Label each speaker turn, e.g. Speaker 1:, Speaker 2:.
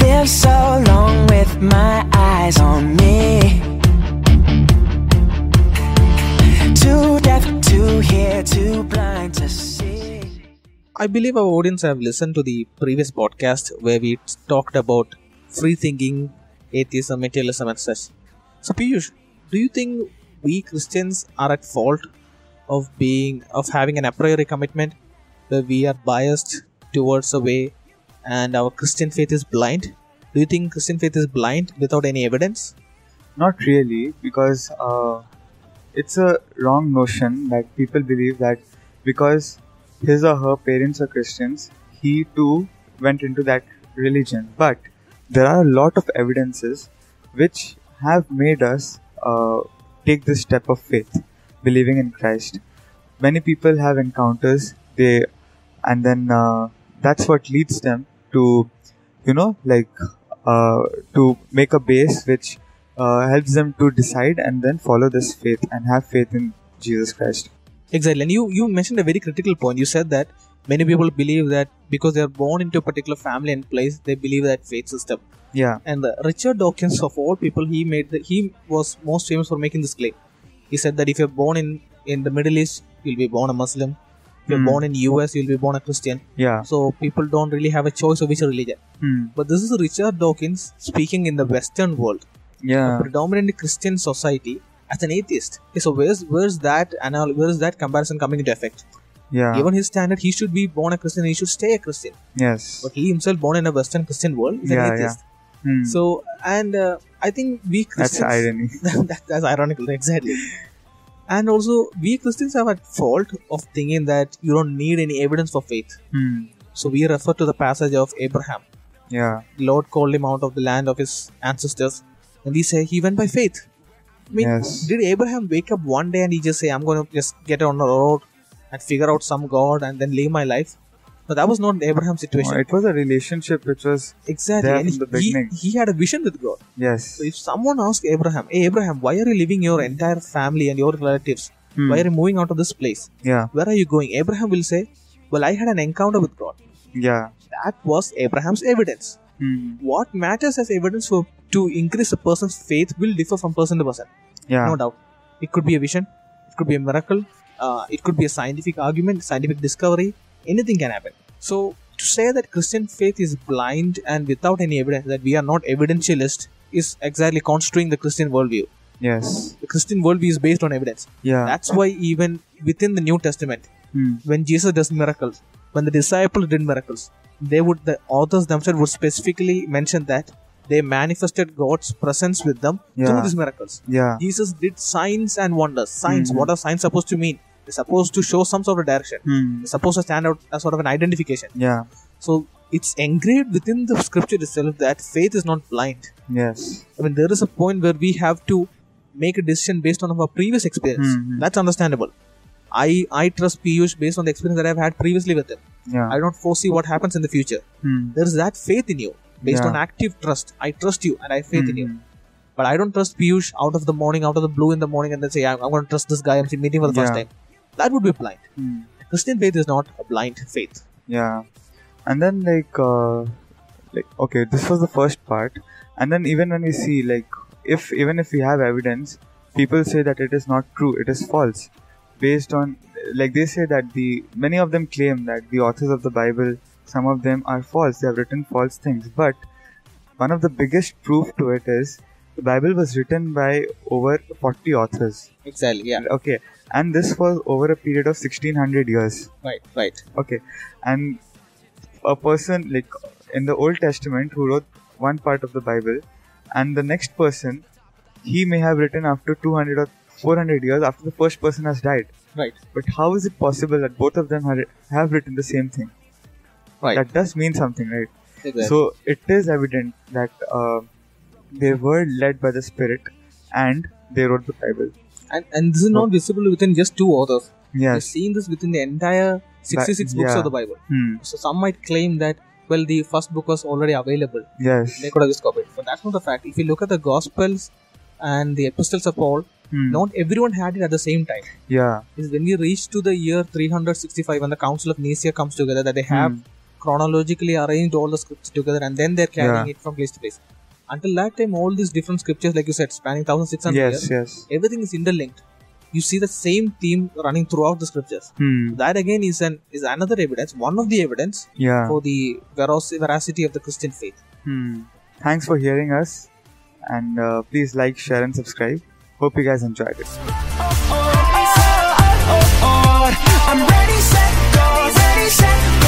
Speaker 1: for so long with my eyes on me. Too deaf to hear, too blind to see.
Speaker 2: I believe our audience have listened to the previous podcast where we t- talked about free thinking, atheism, materialism, and such. So, Piyush, do you think we Christians are at fault of being of having an a priori commitment where we are biased towards a way and our Christian faith is blind? Do you think Christian faith is blind without any evidence?
Speaker 3: Not really, because uh, it's a wrong notion that people believe that because his or her parents are Christians, he too went into that religion. But there are a lot of evidences which have made us uh, take this step of faith, believing in Christ. Many people have encounters, they, and then uh, that's what leads them to, you know, like uh, to make a base which uh, helps them to decide and then follow this faith and have faith in Jesus Christ.
Speaker 2: Exactly. And you, you mentioned a very critical point. You said that many people believe that because they are born into a particular family and place, they believe that faith system.
Speaker 3: Yeah,
Speaker 2: And uh, Richard Dawkins, of all people, he made the, he was most famous for making this claim. He said that if you're born in in the Middle East, you'll be born a Muslim. If you're
Speaker 3: Mm.
Speaker 2: born in US, you'll be born a Christian.
Speaker 3: yeah.
Speaker 2: So people don't really have a choice of which religion.
Speaker 3: Hmm.
Speaker 2: But this is Richard Dawkins speaking in the Western world
Speaker 3: Yeah.
Speaker 2: a predominantly Christian society as an atheist. Okay, so where's where's that anal- where's that comparison coming into effect?
Speaker 3: Yeah.
Speaker 2: Given his standard, he should be born a Christian. He should stay a Christian.
Speaker 3: Yes.
Speaker 2: But he himself, born in a Western Christian world, is
Speaker 3: Yeah,
Speaker 2: an atheist.
Speaker 3: Hmm.
Speaker 2: So and uh, I think we
Speaker 3: That's
Speaker 2: Christians
Speaker 3: irony.
Speaker 2: that, that's ironical, exactly. And also, we Christians are at fault of thinking that you don't need any evidence for faith.
Speaker 3: Hmm.
Speaker 2: So we refer to the passage of Abraham.
Speaker 3: Yeah.
Speaker 2: The Lord called him out of the land of his ancestors, and we say he went by faith. I mean,
Speaker 3: Yes.
Speaker 2: did Abraham wake up one day and he just say, "I'm going to just get on the road and figure out some God and then live my life"? No, that was not Abraham's situation.
Speaker 3: It was a relationship which was
Speaker 2: exactly,
Speaker 3: There
Speaker 2: and
Speaker 3: from the
Speaker 2: he,
Speaker 3: beginning.
Speaker 2: he had a vision with God.
Speaker 3: yes.
Speaker 2: So if someone asks Abraham, "Hey Abraham, why are you leaving your entire family and your relatives?
Speaker 3: Hmm.
Speaker 2: Why are you moving out of this place?
Speaker 3: Yeah.
Speaker 2: Where are you going?" Abraham will say, "Well, I had an encounter with God."
Speaker 3: Yeah.
Speaker 2: That was Abraham's evidence.
Speaker 3: Hmm.
Speaker 2: What matters as evidence for to increase a person's faith will differ from person to person.
Speaker 3: Yeah.
Speaker 2: No doubt, it could be a vision, it could be a miracle, uh, it could be a scientific argument, scientific discovery. Anything can happen. So to say that Christian faith is blind and without any evidence, that we are not evidentialist, is exactly construing the Christian worldview.
Speaker 3: Yes.
Speaker 2: the Christian worldview is based on evidence.
Speaker 3: Yeah.
Speaker 2: That's why even within the New Testament,
Speaker 3: Hmm.
Speaker 2: when Jesus does miracles, when the disciples did miracles, they would the authors themselves would specifically mention that they manifested God's presence with them
Speaker 3: Yeah.
Speaker 2: through these miracles.
Speaker 3: Yeah.
Speaker 2: Jesus did signs and wonders. Signs,
Speaker 3: Mhm.
Speaker 2: what are signs supposed to mean? They're supposed to show some sort of direction.
Speaker 3: Hmm.
Speaker 2: They're supposed to stand out as sort of an identification.
Speaker 3: Yeah.
Speaker 2: So it's engraved within the scripture itself that faith is not blind.
Speaker 3: Yes.
Speaker 2: I mean, there is a point where we have to make a decision based on our previous experience.
Speaker 3: Mhm.
Speaker 2: That's understandable. I I trust Piyush based on the experience that I've had previously with him.
Speaker 3: Yeah.
Speaker 2: I don't foresee what happens in the future.
Speaker 3: Hmm.
Speaker 2: There is that faith in you based
Speaker 3: Yeah.
Speaker 2: on active trust. I trust you and I have faith in you.
Speaker 3: Hmm.
Speaker 2: But I don't trust Piyush out of the morning, out of the blue in the morning, and then say, I'm, I'm going to trust this guy I'm meeting for the first
Speaker 3: Yeah.
Speaker 2: time. That would be blind.
Speaker 3: Hmm.
Speaker 2: Christian faith is not a blind faith.
Speaker 3: Yeah. And then like uh, like okay, this was the first part. And then even when we see like if even if we have evidence, people say that it is not true, it is false. Based on like they say that the many of them claim that the authors of the Bible, some of them are false, they have written false things. But one of the biggest proof to it is the Bible was written by over 40 authors.
Speaker 2: Exactly. Yeah.
Speaker 3: Okay, and this was over a period of 1600 years
Speaker 2: Right. Right.
Speaker 3: okay and a person like in the old testament who wrote one part of the bible and the next person he may have written after 200 or 400 years after the first person has died
Speaker 2: Right.
Speaker 3: but how is it possible that both of them have, have written the same thing
Speaker 2: Right.
Speaker 3: that does mean something right
Speaker 2: Exactly.
Speaker 3: so it is evident that uh, they were led by the spirit and they wrote the bible
Speaker 2: and, and this is not visible within just two authors. We've
Speaker 3: yes
Speaker 2: seen this within the entire 66
Speaker 3: That-
Speaker 2: books
Speaker 3: yeah.
Speaker 2: of the Bible.
Speaker 3: hmm.
Speaker 2: So some might claim that, well, the first book was already available.
Speaker 3: yes
Speaker 2: They could have just copied. But that's not the fact. If you look at the Gospels and the Epistles of Paul,
Speaker 3: Hmm.
Speaker 2: not everyone had it at the same time.
Speaker 3: yeah
Speaker 2: Is when we reach to the year 365 when the Council of Nicaea comes together that they have
Speaker 3: Hmm.
Speaker 2: chronologically arranged all the scripts together and then they're carrying
Speaker 3: Yeah.
Speaker 2: it from place to place. Until that time, all these different scriptures, like you said, spanning 1600
Speaker 3: yes
Speaker 2: years,
Speaker 3: yes
Speaker 2: everything is interlinked. You see the same theme running throughout the scriptures.
Speaker 3: hmm
Speaker 2: That again is an is another evidence, one of the evidence
Speaker 3: yeah
Speaker 2: for the veros- veracity of the Christian faith.
Speaker 3: hmm. thanks for hearing us and uh, please like share and subscribe hope you guys enjoyed it
Speaker 1: I'm ready, set, go. Ready, set, go.